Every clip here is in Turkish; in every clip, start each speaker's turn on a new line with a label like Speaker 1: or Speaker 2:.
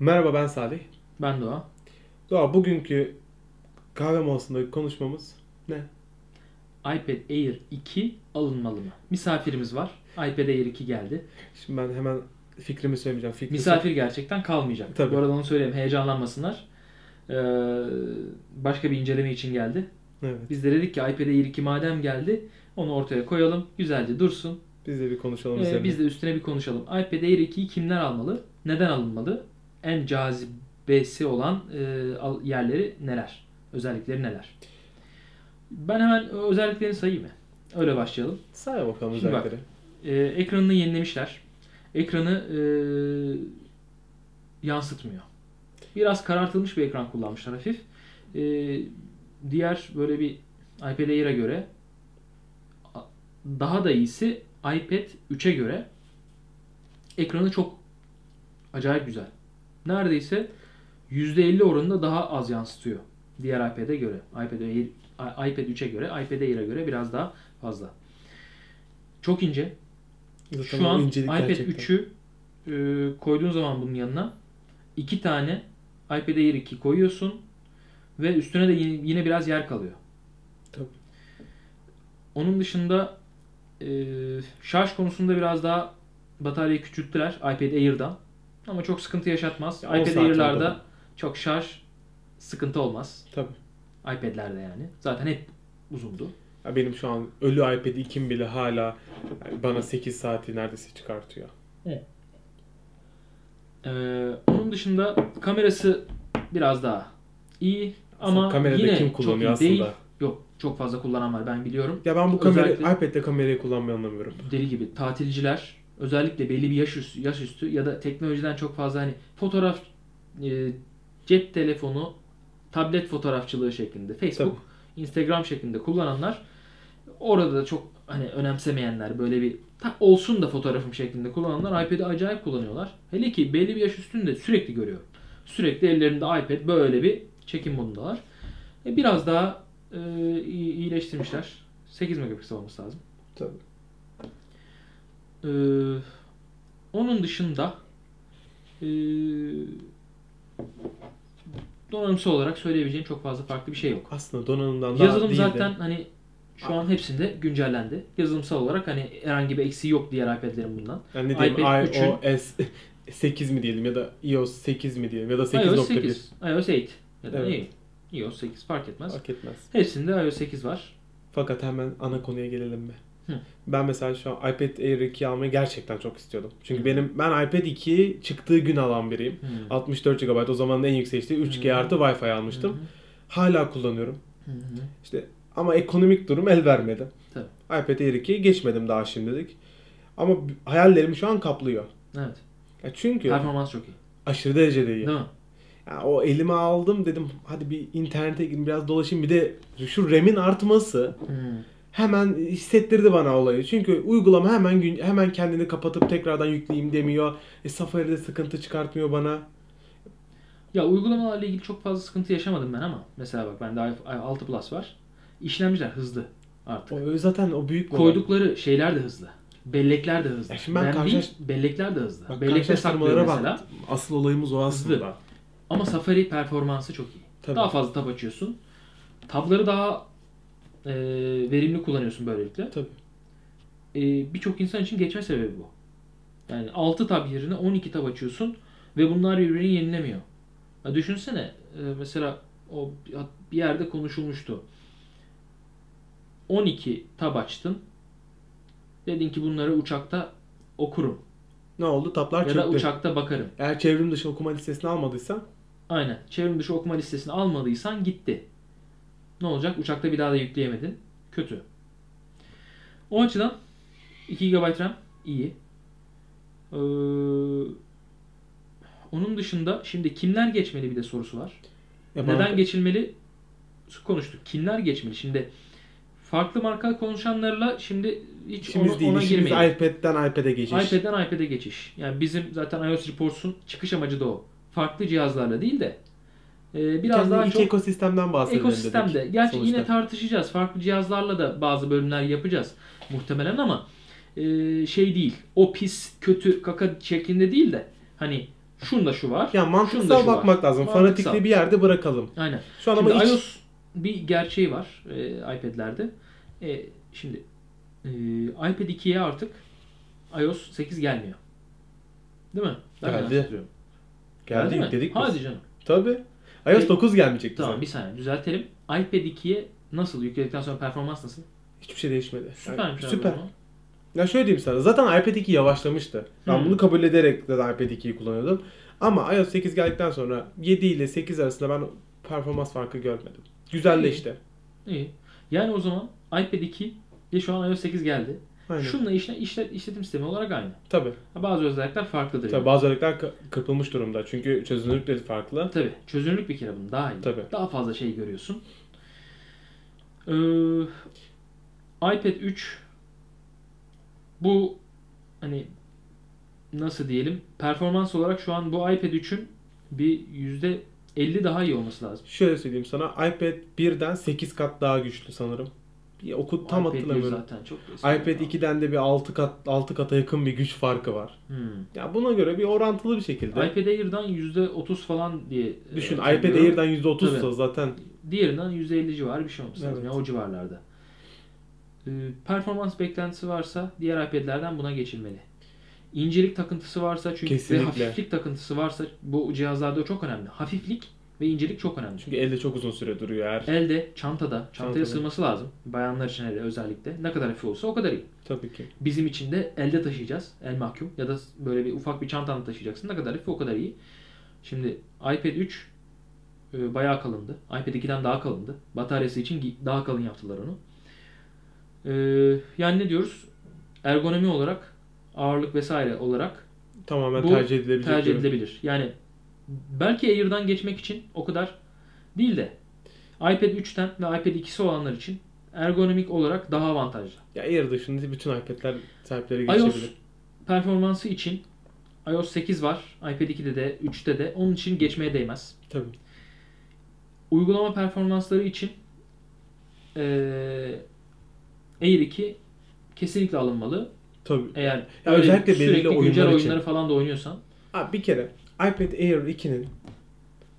Speaker 1: Merhaba ben Salih.
Speaker 2: Ben Doğa.
Speaker 1: Doğa bugünkü kahve molasındaki konuşmamız ne?
Speaker 2: iPad Air 2 alınmalı mı? Misafirimiz var. iPad Air 2 geldi.
Speaker 1: Şimdi ben hemen fikrimi söylemeyeceğim. Fikri
Speaker 2: Misafir gerçekten kalmayacak.
Speaker 1: Tabii.
Speaker 2: Bu arada onu söyleyeyim. Heyecanlanmasınlar. Ee, başka bir inceleme için geldi.
Speaker 1: Evet.
Speaker 2: Biz de dedik ki iPad Air 2 madem geldi onu ortaya koyalım. Güzelce dursun.
Speaker 1: Biz de bir konuşalım
Speaker 2: Ee,
Speaker 1: üzerine.
Speaker 2: biz de üstüne bir konuşalım. iPad Air 2'yi kimler almalı? Neden alınmalı? En cazibesi olan e, al- yerleri neler? Özellikleri neler? Ben hemen özelliklerini sayayım mı? Öyle başlayalım.
Speaker 1: Say bakalım
Speaker 2: Şimdi bak.
Speaker 1: özellikleri.
Speaker 2: Ee, ekranını yenilemişler. Ekranı ee, yansıtmıyor. Biraz karartılmış bir ekran kullanmışlar hafif. Ee, diğer böyle bir iPad Air'a göre a- daha da iyisi iPad 3'e göre ekranı çok acayip güzel. Neredeyse %50 oranında daha az yansıtıyor. Diğer iPad'e göre. iPad, Air, i- iPad 3'e göre, iPad Air'a göre biraz daha fazla. Çok ince.
Speaker 1: Zaten
Speaker 2: Şu
Speaker 1: o
Speaker 2: an
Speaker 1: incelik
Speaker 2: iPad
Speaker 1: gerçekten.
Speaker 2: 3'ü e, koyduğun zaman bunun yanına iki tane iPad Air 2 koyuyorsun ve üstüne de yine, yine biraz yer kalıyor.
Speaker 1: Tabii.
Speaker 2: Onun dışında e, şarj konusunda biraz daha bataryayı küçülttüler iPad Air'dan. Ama çok sıkıntı yaşatmaz.
Speaker 1: Ya, on
Speaker 2: iPad
Speaker 1: saat
Speaker 2: Air'larda
Speaker 1: orada.
Speaker 2: çok şarj sıkıntı olmaz.
Speaker 1: Tabii.
Speaker 2: iPad'lerde yani. Zaten hep uzundu.
Speaker 1: Ya benim şu an ölü iPad 2'm bile hala yani bana 8 saati neredeyse çıkartıyor.
Speaker 2: Ee, onun dışında kamerası biraz daha iyi
Speaker 1: Aslında
Speaker 2: ama
Speaker 1: kamerada
Speaker 2: yine
Speaker 1: kim
Speaker 2: çok iyi
Speaker 1: kullanıyor
Speaker 2: değil.
Speaker 1: aslında?
Speaker 2: Yok çok fazla kullanan var ben biliyorum.
Speaker 1: Ya ben bu kamera
Speaker 2: Özellikle-
Speaker 1: iPad'de kamerayı kullanmayı anlamıyorum.
Speaker 2: Deli gibi tatilciler özellikle belli bir yaş üstü, yaş üstü ya da teknolojiden çok fazla hani fotoğraf e, cep telefonu tablet fotoğrafçılığı şeklinde Facebook, Instagram şeklinde kullananlar orada da çok hani önemsemeyenler böyle bir "Ta olsun da fotoğrafım şeklinde kullananlar iPad'i acayip kullanıyorlar. Hele ki belli bir yaş üstünde sürekli görüyor. Sürekli ellerinde iPad böyle bir çekim modundalar. E, biraz daha e, iyi- iyileştirmişler. 8 megapiksel olması lazım.
Speaker 1: Tabii.
Speaker 2: Ee, onun dışında ee, donanımsal olarak söyleyebileceğim çok fazla farklı bir şey yok.
Speaker 1: Aslında donanımdan daha
Speaker 2: Yazılım
Speaker 1: değil de-
Speaker 2: zaten hani şu an hepsinde güncellendi. Yazılımsal olarak hani herhangi bir eksiği yok diğer iPad'lerin bundan.
Speaker 1: Yani ne diyeyim
Speaker 2: iPad
Speaker 1: iOS 8 mi diyelim ya da iOS 8 mi diyelim ya da
Speaker 2: iOS
Speaker 1: 8.1
Speaker 2: 8, iOS 8 ya da
Speaker 1: Evet.
Speaker 2: iyi. iOS 8 fark etmez.
Speaker 1: fark etmez.
Speaker 2: Hepsinde iOS 8 var.
Speaker 1: Fakat hemen ana konuya gelelim mi?
Speaker 2: Hı.
Speaker 1: Ben mesela şu an iPad Air 2 almayı gerçekten çok istiyordum. Çünkü
Speaker 2: Hı.
Speaker 1: benim ben iPad 2 çıktığı gün alan biriyim.
Speaker 2: Hmm.
Speaker 1: 64 GB o zaman da en yüksek işte 3G
Speaker 2: Hı.
Speaker 1: artı Wi-Fi almıştım. Hala kullanıyorum.
Speaker 2: Hı hı. Hı hı.
Speaker 1: İşte ama ekonomik durum el vermedi.
Speaker 2: Tabii.
Speaker 1: iPad Air 2'ye geçmedim daha şimdilik. Ama b- hayallerimi şu an kaplıyor.
Speaker 2: Evet.
Speaker 1: Ya çünkü
Speaker 2: Performans çok iyi.
Speaker 1: aşırı derecede iyi.
Speaker 2: Değil mi?
Speaker 1: Ya o elime aldım dedim hadi bir internete gireyim biraz dolaşayım bir de şu RAM'in artması
Speaker 2: Hmm.
Speaker 1: hemen hissettirdi bana olayı. Çünkü uygulama hemen gün, hemen kendini kapatıp tekrardan yükleyeyim demiyor. E, Safari'de sıkıntı çıkartmıyor bana.
Speaker 2: Ya uygulamalarla ilgili çok fazla sıkıntı yaşamadım ben ama mesela bak bende iPhone 6 Plus var. İşlemciler hızlı artık.
Speaker 1: O e, zaten o büyük bir olay.
Speaker 2: Koydukları şeyler de hızlı. Bellekler de hızlı.
Speaker 1: Ya şimdi ben
Speaker 2: değil,
Speaker 1: karşılaş-
Speaker 2: bellekler de hızlı.
Speaker 1: Bak,
Speaker 2: Bellekte saklıyor
Speaker 1: karşılaştırmalara
Speaker 2: mesela.
Speaker 1: bak. Asıl olayımız o aslında.
Speaker 2: Hızlı. Ama Safari performansı çok iyi.
Speaker 1: Tabii.
Speaker 2: Daha fazla tab açıyorsun. Tabları daha e, verimli kullanıyorsun böylelikle.
Speaker 1: Tabii.
Speaker 2: E, Birçok insan için geçme sebebi bu. Yani 6 tab yerine 12 tab açıyorsun ve bunlar birbirini yenilemiyor. Ya düşünsene e, mesela o bir yerde konuşulmuştu. 12 tab açtın. Dedin ki bunları uçakta okurum
Speaker 1: Ne oldu? Taplar
Speaker 2: ya
Speaker 1: çöktü.
Speaker 2: da uçakta bakarım.
Speaker 1: Eğer çevrim dışı okuma listesini almadıysan
Speaker 2: Aynen. Çevrim dışı okuma listesini almadıysan gitti. Ne olacak? Uçakta bir daha da yükleyemedin. Kötü. O açıdan 2 GB RAM iyi. Ee, onun dışında şimdi kimler geçmeli bir de sorusu var.
Speaker 1: ya bana-
Speaker 2: Neden geçilmeli konuştuk. Kimler geçmeli? Şimdi farklı marka konuşanlarla şimdi hiç
Speaker 1: İşimiz
Speaker 2: ona,
Speaker 1: değil.
Speaker 2: ona
Speaker 1: işimiz
Speaker 2: girmeyelim.
Speaker 1: iPad'den iPad'e geçiş.
Speaker 2: iPad'den iPad'e geçiş. Yani bizim zaten iOS Reports'un çıkış amacı da o. Farklı cihazlarla değil de e, biraz
Speaker 1: Kendi
Speaker 2: daha
Speaker 1: iki
Speaker 2: çok
Speaker 1: ekosistemden bahsedelim
Speaker 2: ekosistemde.
Speaker 1: dedik.
Speaker 2: Gerçi
Speaker 1: sonuçta.
Speaker 2: yine tartışacağız. Farklı cihazlarla da bazı bölümler yapacağız muhtemelen ama e, şey değil. O pis, kötü, kaka şeklinde değil de hani Şunda şu var.
Speaker 1: Ya
Speaker 2: şunda şu
Speaker 1: mantıksal
Speaker 2: var.
Speaker 1: bakmak lazım.
Speaker 2: Mantıksal.
Speaker 1: Fanatikliği bir yerde bırakalım.
Speaker 2: Aynen.
Speaker 1: Şu an
Speaker 2: Şimdi
Speaker 1: ama iç-
Speaker 2: iOS bir gerçeği var e, iPad'lerde. E, şimdi e, iPad 2'ye artık iOS 8 gelmiyor. Değil mi? Ben mi
Speaker 1: Geldi.
Speaker 2: yanlış hatırlıyorum?
Speaker 1: geldi
Speaker 2: mi?
Speaker 1: yükledik
Speaker 2: Hadi
Speaker 1: biz.
Speaker 2: canım.
Speaker 1: Tabii. iOS
Speaker 2: E,
Speaker 1: 9 gelmeyecek
Speaker 2: Tamam bir
Speaker 1: bize.
Speaker 2: saniye düzeltelim. iPad 2'ye nasıl yükledikten sonra performans nasıl?
Speaker 1: Hiçbir şey değişmedi.
Speaker 2: Süpermiş
Speaker 1: Yani
Speaker 2: abi
Speaker 1: süper.
Speaker 2: o zaman.
Speaker 1: Ya şöyle diyeyim sana. Zaten iPad 2 yavaşlamıştı. Ben
Speaker 2: Hmm.
Speaker 1: bunu kabul ederek de iPad 2'yi kullanıyordum. Ama iOS 8 geldikten sonra 7 ile 8 arasında ben performans farkı görmedim. Güzelleşti.
Speaker 2: İyi. Yani o zaman iPad 2 ve şu an iOS 8 geldi.
Speaker 1: Aynen.
Speaker 2: Şununla işle, işle, işletim sistemi olarak aynı.
Speaker 1: Tabii.
Speaker 2: Ha, Bazı özellikler farklıdır.
Speaker 1: Tabii
Speaker 2: yani.
Speaker 1: bazı örnekler kı- kırpılmış durumda. Çünkü çözünürlükleri farklı.
Speaker 2: Tabii. Çözünürlük bir kere bunun daha iyi.
Speaker 1: Tabii.
Speaker 2: Daha fazla şey görüyorsun. Ee, iPad 3 bu hani nasıl diyelim performans olarak şu an bu iPad 3'ün bir yüzde 50 daha iyi olması lazım.
Speaker 1: Şöyle söyleyeyim sana. iPad 1'den 8 kat daha güçlü sanırım. Bir oku tam
Speaker 2: iPad 1
Speaker 1: hatırlamıyorum.
Speaker 2: zaten çok eski.
Speaker 1: iPad 2'den de bir 6 kat 6 kata yakın bir güç farkı var.
Speaker 2: Hmm.
Speaker 1: Ya buna göre bir orantılı bir şekilde.
Speaker 2: iPad Air'dan %30 falan diye e,
Speaker 1: Düşün iPad
Speaker 2: hatırlıyorum.
Speaker 1: Air'den %30 sa
Speaker 2: Tabii.
Speaker 1: zaten
Speaker 2: Diğerinden %50 civarı bir şey olması lazım.
Speaker 1: Evet.
Speaker 2: Yani o civarlarda. Ee, performans beklentisi varsa diğer iPad'lerden buna geçilmeli. İncelik takıntısı varsa çünkü ve
Speaker 1: Kesinlikle.
Speaker 2: hafiflik takıntısı varsa bu cihazlarda o çok önemli. Hafiflik ve incelik çok önemli.
Speaker 1: çünkü elde çok uzun süre duruyor eğer.
Speaker 2: Elde, çantada, çantaya
Speaker 1: Çantada.
Speaker 2: sığması lazım. Bayanlar için hele özellikle. Ne kadar hafif olsa o kadar iyi.
Speaker 1: Tabii ki.
Speaker 2: Bizim için de elde taşıyacağız. El mahkum. Ya da böyle bir ufak bir çantanla taşıyacaksın. Ne kadar hafif o kadar iyi. Şimdi iPad 3 e, bayağı kalındı. iPad 2'den daha kalındı. Bataryası için gi- daha kalın yaptılar onu. E, yani ne diyoruz? Ergonomi olarak, ağırlık vesaire olarak
Speaker 1: Tamamen
Speaker 2: Bu
Speaker 1: tercih edilebilecek.
Speaker 2: tercih
Speaker 1: bir-
Speaker 2: edilebilir. Yani belki Air'dan geçmek için o kadar değil de iPad 3'ten ve iPad 2'si olanlar için ergonomik olarak daha avantajlı.
Speaker 1: Ya Air dışında bütün iPad'ler sahipleri
Speaker 2: iOS
Speaker 1: geçebilir.
Speaker 2: performansı için iOS 8 var. iPad 2'de de 3'te de. Onun için geçmeye değmez.
Speaker 1: Tabii.
Speaker 2: Uygulama performansları için eee Air 2 kesinlikle alınmalı.
Speaker 1: Tabii.
Speaker 2: Eğer
Speaker 1: Ya
Speaker 2: öyle
Speaker 1: özellikle belirli
Speaker 2: sürekli güncel
Speaker 1: oyunlar için.
Speaker 2: oyunları falan da oynuyorsan.
Speaker 1: Ha, bir kere iPad Air 2'nin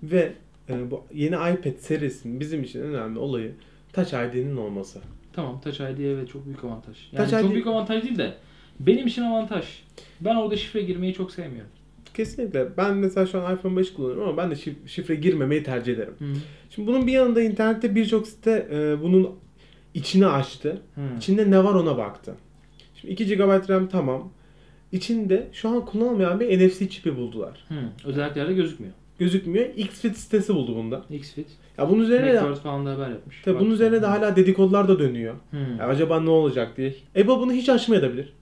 Speaker 1: ve e, bu yeni iPad serisinin bizim için en önemli olayı Touch ID'nin olması.
Speaker 2: Tamam Touch ID evet çok büyük avantaj. Yani
Speaker 1: Touch
Speaker 2: çok
Speaker 1: ID
Speaker 2: büyük avantaj değil de benim için avantaj. Ben orada şifre girmeyi çok sevmiyorum.
Speaker 1: Kesinlikle. Ben mesela şu an iPhone 5 kullanıyorum ama ben de şif- şifre girmemeyi tercih ederim. Şimdi bunun bir yanında internette birçok site e, bunun içini açtı.
Speaker 2: Hı.
Speaker 1: İçinde ne var ona baktı. Şimdi 2 GB RAM tamam. İçinde şu an kullanılmayan bir NFC çipi buldular.
Speaker 2: Hı. Özelliklerde gözükmüyor.
Speaker 1: Gözükmüyor. Xfit sitesi buldu bunda.
Speaker 2: Xfit.
Speaker 1: Ya bunun üzerine de,
Speaker 2: Macworld falan da haber yapmış.
Speaker 1: tabii bunun
Speaker 2: Bak-
Speaker 1: üzerine de hala dedikodular da dönüyor.
Speaker 2: Hı.
Speaker 1: Ya acaba ne olacak diye. Apple bunu hiç açmayabilir.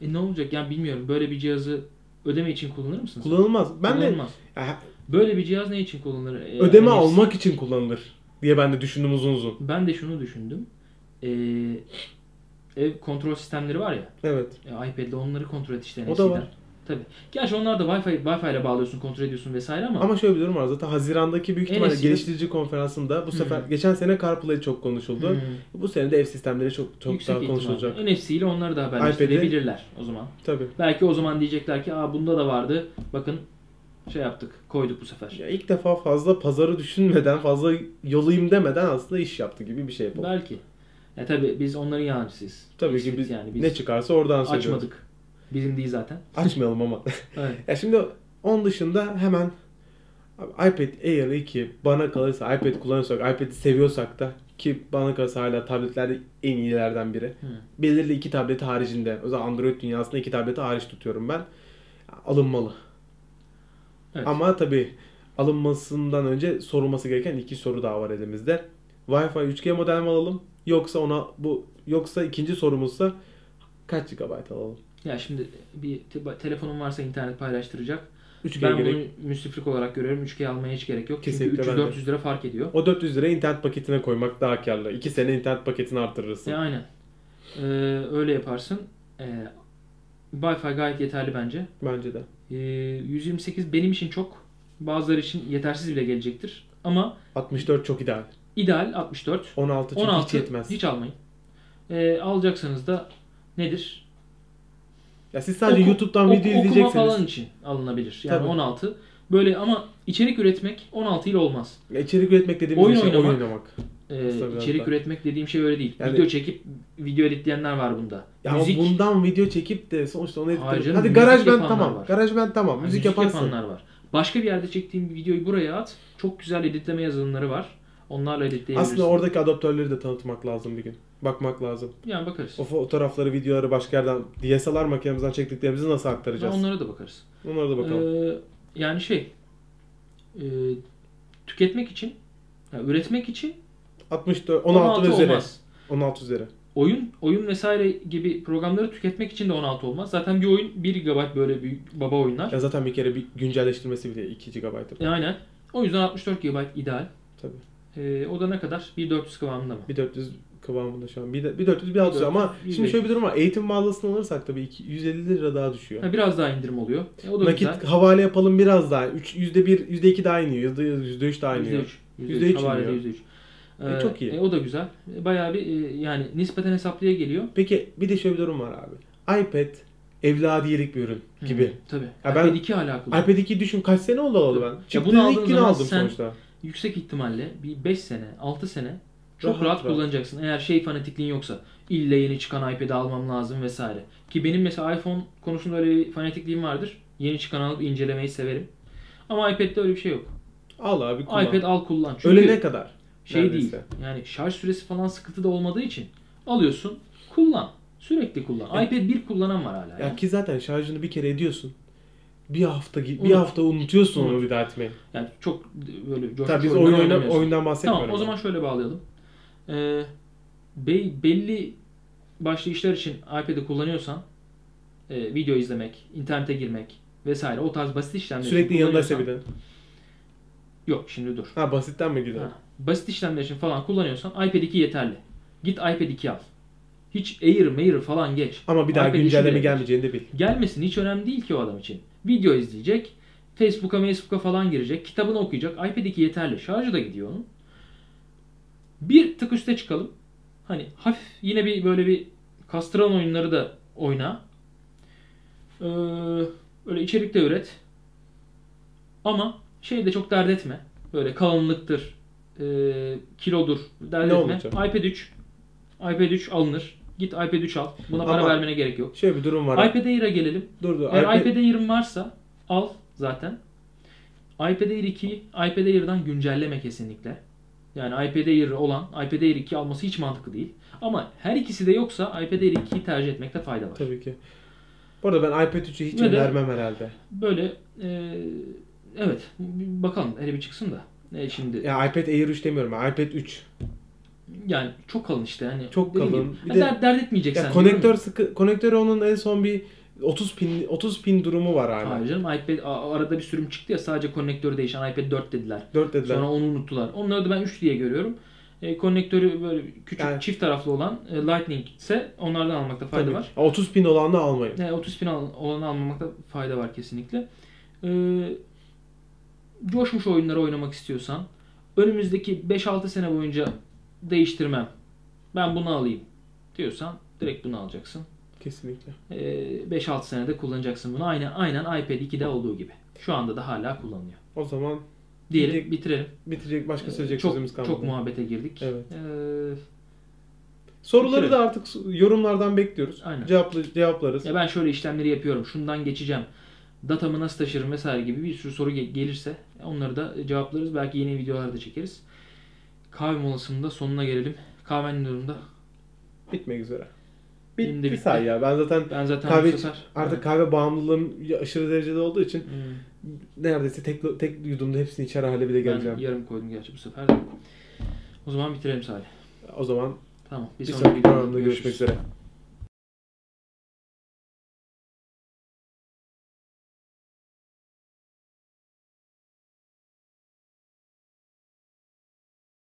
Speaker 2: E ne olacak yani bilmiyorum. Böyle bir cihazı ödeme için kullanır mısınız?
Speaker 1: Kullanılmaz. Ben de
Speaker 2: Kullanılmaz.
Speaker 1: Ya,
Speaker 2: Böyle bir cihaz ne için kullanılır? E,
Speaker 1: ödeme
Speaker 2: hani-
Speaker 1: almak için kullanılır diye ben de düşündüm uzun uzun.
Speaker 2: Ben de şunu düşündüm. E, ev kontrol sistemleri var ya.
Speaker 1: Evet.
Speaker 2: E, iPad'le onları kontrol et işte.
Speaker 1: O da
Speaker 2: NFC'den.
Speaker 1: var.
Speaker 2: Tabii. Gerçi onlar da Wi-Fi, Wi-Fi ile bağlıyorsun, kontrol ediyorsun vesaire ama.
Speaker 1: Ama şöyle bir durum var. Zaten Haziran'daki büyük ihtimalle
Speaker 2: NFC'de
Speaker 1: geliştirici konferansında bu sefer
Speaker 2: Hı.
Speaker 1: geçen sene CarPlay çok konuşuldu.
Speaker 2: Hı.
Speaker 1: Bu sene de ev sistemleri çok çok
Speaker 2: Yüksek
Speaker 1: daha
Speaker 2: ihtimalle.
Speaker 1: konuşulacak.
Speaker 2: NFC ile onlar da haberleştirebilirler o zaman.
Speaker 1: Tabii.
Speaker 2: Belki o zaman diyecekler ki Aa, bunda da vardı. Bakın şey yaptık koyduk bu sefer.
Speaker 1: Ya ilk defa fazla pazarı düşünmeden, fazla yoluyum demeden aslında iş yaptı gibi bir şey Apple.
Speaker 2: Belki. Ya tabii biz onların yalancısıyız.
Speaker 1: Tabii ki
Speaker 2: Xfit
Speaker 1: biz,
Speaker 2: yani biz
Speaker 1: ne çıkarsa oradan söylüyoruz.
Speaker 2: açmadık. Bizim değil zaten.
Speaker 1: Açmayalım ama.
Speaker 2: Evet.
Speaker 1: ya şimdi onun dışında hemen abi iPad Air 2 bana kalırsa iPad kullanıyorsak, iPad'i seviyorsak da ki bana kalırsa hala tabletlerde en iyilerden biri.
Speaker 2: Hı.
Speaker 1: Belirli iki tablet haricinde, o zaman Android dünyasında iki tableti hariç tutuyorum ben. Alınmalı.
Speaker 2: Evet.
Speaker 1: Ama tabii alınmasından önce sorulması gereken iki soru daha var elimizde. Wi-Fi 3G model mi alalım? Yoksa ona bu yoksa ikinci sorumuzsa kaç GB alalım?
Speaker 2: Ya şimdi bir te- telefonum varsa internet paylaştıracak.
Speaker 1: 3G
Speaker 2: ben
Speaker 1: gerek.
Speaker 2: bunu müsriflik olarak görüyorum. 3G almaya hiç gerek yok.
Speaker 1: Kesinlikle ben
Speaker 2: Çünkü
Speaker 1: de.
Speaker 2: 300-400 lira fark ediyor.
Speaker 1: O 400 lira internet paketine koymak daha karlı. 2 sene internet paketini artırırsın.
Speaker 2: E, aynen. Ee, öyle yaparsın. Ee, Wi-Fi gayet yeterli bence.
Speaker 1: Bence de.
Speaker 2: Ee, 128 benim için çok. Bazıları için yetersiz bile gelecektir. Ama
Speaker 1: 64 çok ideal.
Speaker 2: ideal 64.
Speaker 1: 16 çünkü
Speaker 2: 16
Speaker 1: hiç yetmez.
Speaker 2: E, almayın. Ee, alacaksanız da nedir?
Speaker 1: Ya siz sadece
Speaker 2: Oku-
Speaker 1: YouTube'dan
Speaker 2: ok-
Speaker 1: video izleyeceksiniz.
Speaker 2: Okuma falan için alınabilir. Yani
Speaker 1: Tabii.
Speaker 2: 16. Böyle ama içerik üretmek 16 ile olmaz.
Speaker 1: Ya içerik üretmek dediğimiz
Speaker 2: Oyun
Speaker 1: şey
Speaker 2: oynamak.
Speaker 1: oyun oynamak.
Speaker 2: Ee,
Speaker 1: Instagram'da.
Speaker 2: içerik üretmek dediğim şey öyle değil.
Speaker 1: Yani-
Speaker 2: video çekip video editleyenler var bunda.
Speaker 1: Ya
Speaker 2: müzik,
Speaker 1: ama bundan video çekip de sonuçta onu editlemek.
Speaker 2: Hayır canım,
Speaker 1: Hadi
Speaker 2: müzik
Speaker 1: garaj ben
Speaker 2: yapanlar
Speaker 1: tamam.
Speaker 2: var.
Speaker 1: Garaj ben tamam.
Speaker 2: yani
Speaker 1: müzik,
Speaker 2: müzik
Speaker 1: yaparsın.
Speaker 2: yapanlar var. Başka bir yerde çektiğim bir videoyu buraya at. Çok güzel editleme yazılımları var. Onlarla editleyebilirsin.
Speaker 1: Aslında oradaki adaptörleri de tanıtmak lazım bir gün. Bakmak lazım.
Speaker 2: yani bakarız.
Speaker 1: O fotoğrafları, videoları başka yerden DSLR makinemizden çektiklerimizi nasıl aktaracağız?
Speaker 2: Onlara da bakarız.
Speaker 1: Onlara da bakalım.
Speaker 2: Ee, yani şey e, tüketmek için yani üretmek için
Speaker 1: 64, 16,
Speaker 2: 16,
Speaker 1: ve üzeri.
Speaker 2: olmaz.
Speaker 1: 16 üzeri.
Speaker 2: Oyun, oyun vesaire gibi programları tüketmek için de 16 olmaz. Zaten bir oyun 1 GB böyle büyük baba oyunlar.
Speaker 1: Ya zaten bir kere bir güncelleştirmesi bile 2 GB'dır.
Speaker 2: E, aynen. O yüzden 64 GB ideal.
Speaker 1: Tabii.
Speaker 2: E, o da ne kadar? 1400 kıvamında mı?
Speaker 1: 1400 kıvamında şu an. Bir de- bir 400 bir 600 ama
Speaker 2: 100.
Speaker 1: şimdi şöyle bir durum var. Eğitim mağazasından alırsak tabii iki- 150 lira daha düşüyor.
Speaker 2: Ha, biraz daha indirim oluyor. E, o da
Speaker 1: Nakit
Speaker 2: güzel.
Speaker 1: havale yapalım biraz daha. 3 %1, %2 daha iniyor. %3 daha iniyor.
Speaker 2: %3.
Speaker 1: %3
Speaker 2: %3. Havalede
Speaker 1: iniyor.
Speaker 2: %3.
Speaker 1: E, çok iyi.
Speaker 2: E, o da güzel. E, bayağı bir e, yani nispeten hesaplıya geliyor.
Speaker 1: Peki bir de şöyle bir durum var abi. iPad evladiyelik bir ürün gibi.
Speaker 2: Hı, tabii.
Speaker 1: ben-
Speaker 2: iPad 2 hala kullanıyorum.
Speaker 1: iPad 2 düşün kaç sene oldu alalı ben.
Speaker 2: Ya
Speaker 1: Çıktığı
Speaker 2: bunu aldığın
Speaker 1: ilk gün
Speaker 2: zaman
Speaker 1: aldım
Speaker 2: sen-
Speaker 1: sonuçta.
Speaker 2: yüksek ihtimalle bir 5 sene, 6 sene çok
Speaker 1: Rahat
Speaker 2: rahat,
Speaker 1: rahat.
Speaker 2: kullanacaksın. Eğer şey fanatikliğin yoksa illa yeni çıkan iPad'i almam lazım vesaire. Ki benim mesela iPhone konusunda öyle bir fanatikliğim vardır. Yeni çıkan alıp incelemeyi severim. Ama iPad'de öyle bir şey yok.
Speaker 1: Al abi kullan.
Speaker 2: iPad al kullan. Çünkü
Speaker 1: Ölene kadar.
Speaker 2: şey
Speaker 1: neredeyse.
Speaker 2: değil. Yani şarj süresi falan sıkıntı da olmadığı için alıyorsun, kullan. Sürekli kullan.
Speaker 1: Ya-
Speaker 2: iPad 1 kullanan var hala.
Speaker 1: Ya
Speaker 2: Ya.
Speaker 1: ki zaten şarjını bir kere ediyorsun. Bir hafta gi- bir
Speaker 2: Unut.
Speaker 1: hafta unutuyorsun onu
Speaker 2: Unut.
Speaker 1: bir daha etmeyi.
Speaker 2: Yani çok e, böyle coşkulu
Speaker 1: Tabii biz
Speaker 2: oyunlar
Speaker 1: oyun oyna,
Speaker 2: oynamıyorsun.
Speaker 1: oyundan bahsetmiyorum.
Speaker 2: Tamam o
Speaker 1: ben.
Speaker 2: zaman şöyle bağlayalım. Ee, be- belli başlı işler için iPad'i kullanıyorsan e, video izlemek, internete girmek vesaire o tarz basit işlemler
Speaker 1: sürekli
Speaker 2: için
Speaker 1: yanındaysa bir
Speaker 2: kullanıyorsan-
Speaker 1: de.
Speaker 2: Yok şimdi dur.
Speaker 1: Ha basitten mi gidelim?
Speaker 2: Ha, Basit işlemler için falan kullanıyorsan iPad 2 yeterli. Git iPad 2 al. Hiç Air, Mair falan geç.
Speaker 1: Ama bir daha
Speaker 2: iPad işi
Speaker 1: güncelleme
Speaker 2: bile-
Speaker 1: gelmeyeceğini de bil.
Speaker 2: Gelmesin hiç önemli değil ki o adam için. Video izleyecek, Facebook'a, Facebook'a falan girecek, kitabını okuyacak. iPad 2 yeterli. Şarjı da gidiyor onun. Bir tık üste çıkalım. Hani hafif yine bir böyle bir kastıran oyunları da oyna. Ee, öyle içerik de üret. Ama şey de çok dert etme. Böyle kalınlıktır, e, kilodur dert
Speaker 1: Ne
Speaker 2: etme.
Speaker 1: olacak?
Speaker 2: iPad 3. iPad 3 alınır. Git iPad 3 al. Buna para
Speaker 1: Ama-
Speaker 2: vermene gerek yok.
Speaker 1: Şöyle bir durum var.
Speaker 2: iPad Air'a gelelim.
Speaker 1: dur dur.
Speaker 2: Eğer
Speaker 1: iPad-
Speaker 2: iPad Air'in varsa al zaten. iPad Air 2'yi iPad Air'dan güncelleme kesinlikle. Yani iPad Air olan iPad Air 2 alması hiç mantıklı değil. Ama her ikisi de yoksa iPad Air 2'yi tercih etmekte fayda var.
Speaker 1: Tabii ki. Bu arada ben iPad 3'ü hiç
Speaker 2: Ve de-
Speaker 1: önermem herhalde.
Speaker 2: Böyle e, evet bir bakalım hele bir çıksın da. E şimdi
Speaker 1: Ya iPad Air 3 demiyorum. ben, iPad 3.
Speaker 2: yani çok kalın işte yani
Speaker 1: Çok
Speaker 2: dediğim
Speaker 1: kalın.
Speaker 2: gibi.
Speaker 1: Bir
Speaker 2: Ha,
Speaker 1: de-
Speaker 2: dert, dert etmeyeceksen.
Speaker 1: Ya
Speaker 2: diyorum
Speaker 1: konektör
Speaker 2: ya.
Speaker 1: sıkı konektörü onun en son bir 30 pin 30 pin durumu var hala.
Speaker 2: Hayır canım iPad a- arada bir sürüm çıktı ya sadece konektörü değişen iPad 4 dediler.
Speaker 1: 4 dediler.
Speaker 2: Sonra onu unuttular. Onları da ben 3 diye görüyorum. E, konnektörü böyle küçük
Speaker 1: Yani-
Speaker 2: çift taraflı olan e, Lightning ise onlardan almakta fayda
Speaker 1: Tabii.
Speaker 2: var.
Speaker 1: Ya 30 pin olanı almayın.
Speaker 2: E, 30 pin al- olanı almamakta fayda var kesinlikle. E, coşmuş oyunları oynamak istiyorsan önümüzdeki 5-6 sene boyunca değiştirmem. Ben bunu alayım diyorsan direkt bunu alacaksın.
Speaker 1: Kesinlikle.
Speaker 2: E, 5-6 senede kullanacaksın bunu. Aynen aynen iPad 2'de olduğu gibi. Şu anda da hala kullanılıyor.
Speaker 1: O zaman
Speaker 2: Diyelim
Speaker 1: Direkt-
Speaker 2: bitirelim.
Speaker 1: bitecek başka söyleyecek sözümüz
Speaker 2: Ee, çok,
Speaker 1: kalmadı.
Speaker 2: çok muhabbete girdik.
Speaker 1: Evet.
Speaker 2: E,
Speaker 1: Soruları
Speaker 2: Bitirelim.
Speaker 1: da artık yorumlardan bekliyoruz.
Speaker 2: Aynen.
Speaker 1: Cevaplı cevaplarız.
Speaker 2: Ya ben şöyle işlemleri yapıyorum. Şundan geçeceğim. Datamı nasıl taşırım vesaire gibi bir sürü soru ge- gelirse onları da cevaplarız. Belki yeni videolarda çekeriz. Kahve molasının da sonuna gelelim. Kahvenin durumunda.
Speaker 1: Bitmek üzere.
Speaker 2: Benim de
Speaker 1: Bit, bir
Speaker 2: bitti.
Speaker 1: say ya. Ben zaten
Speaker 2: Ben zaten
Speaker 1: Kahve
Speaker 2: bu sefer-
Speaker 1: artık kahve bağımlılığım ya- aşırı derecede olduğu için
Speaker 2: Hmm.
Speaker 1: neredeyse tek, tek yudumda hepsini içer hale bile geleceğim.
Speaker 2: Ben yarım koydum gerçi bu sefer de. O zaman bitirelim Salih.
Speaker 1: O zaman
Speaker 2: Tamam.
Speaker 1: bir sonraki programda görüşmek üzere.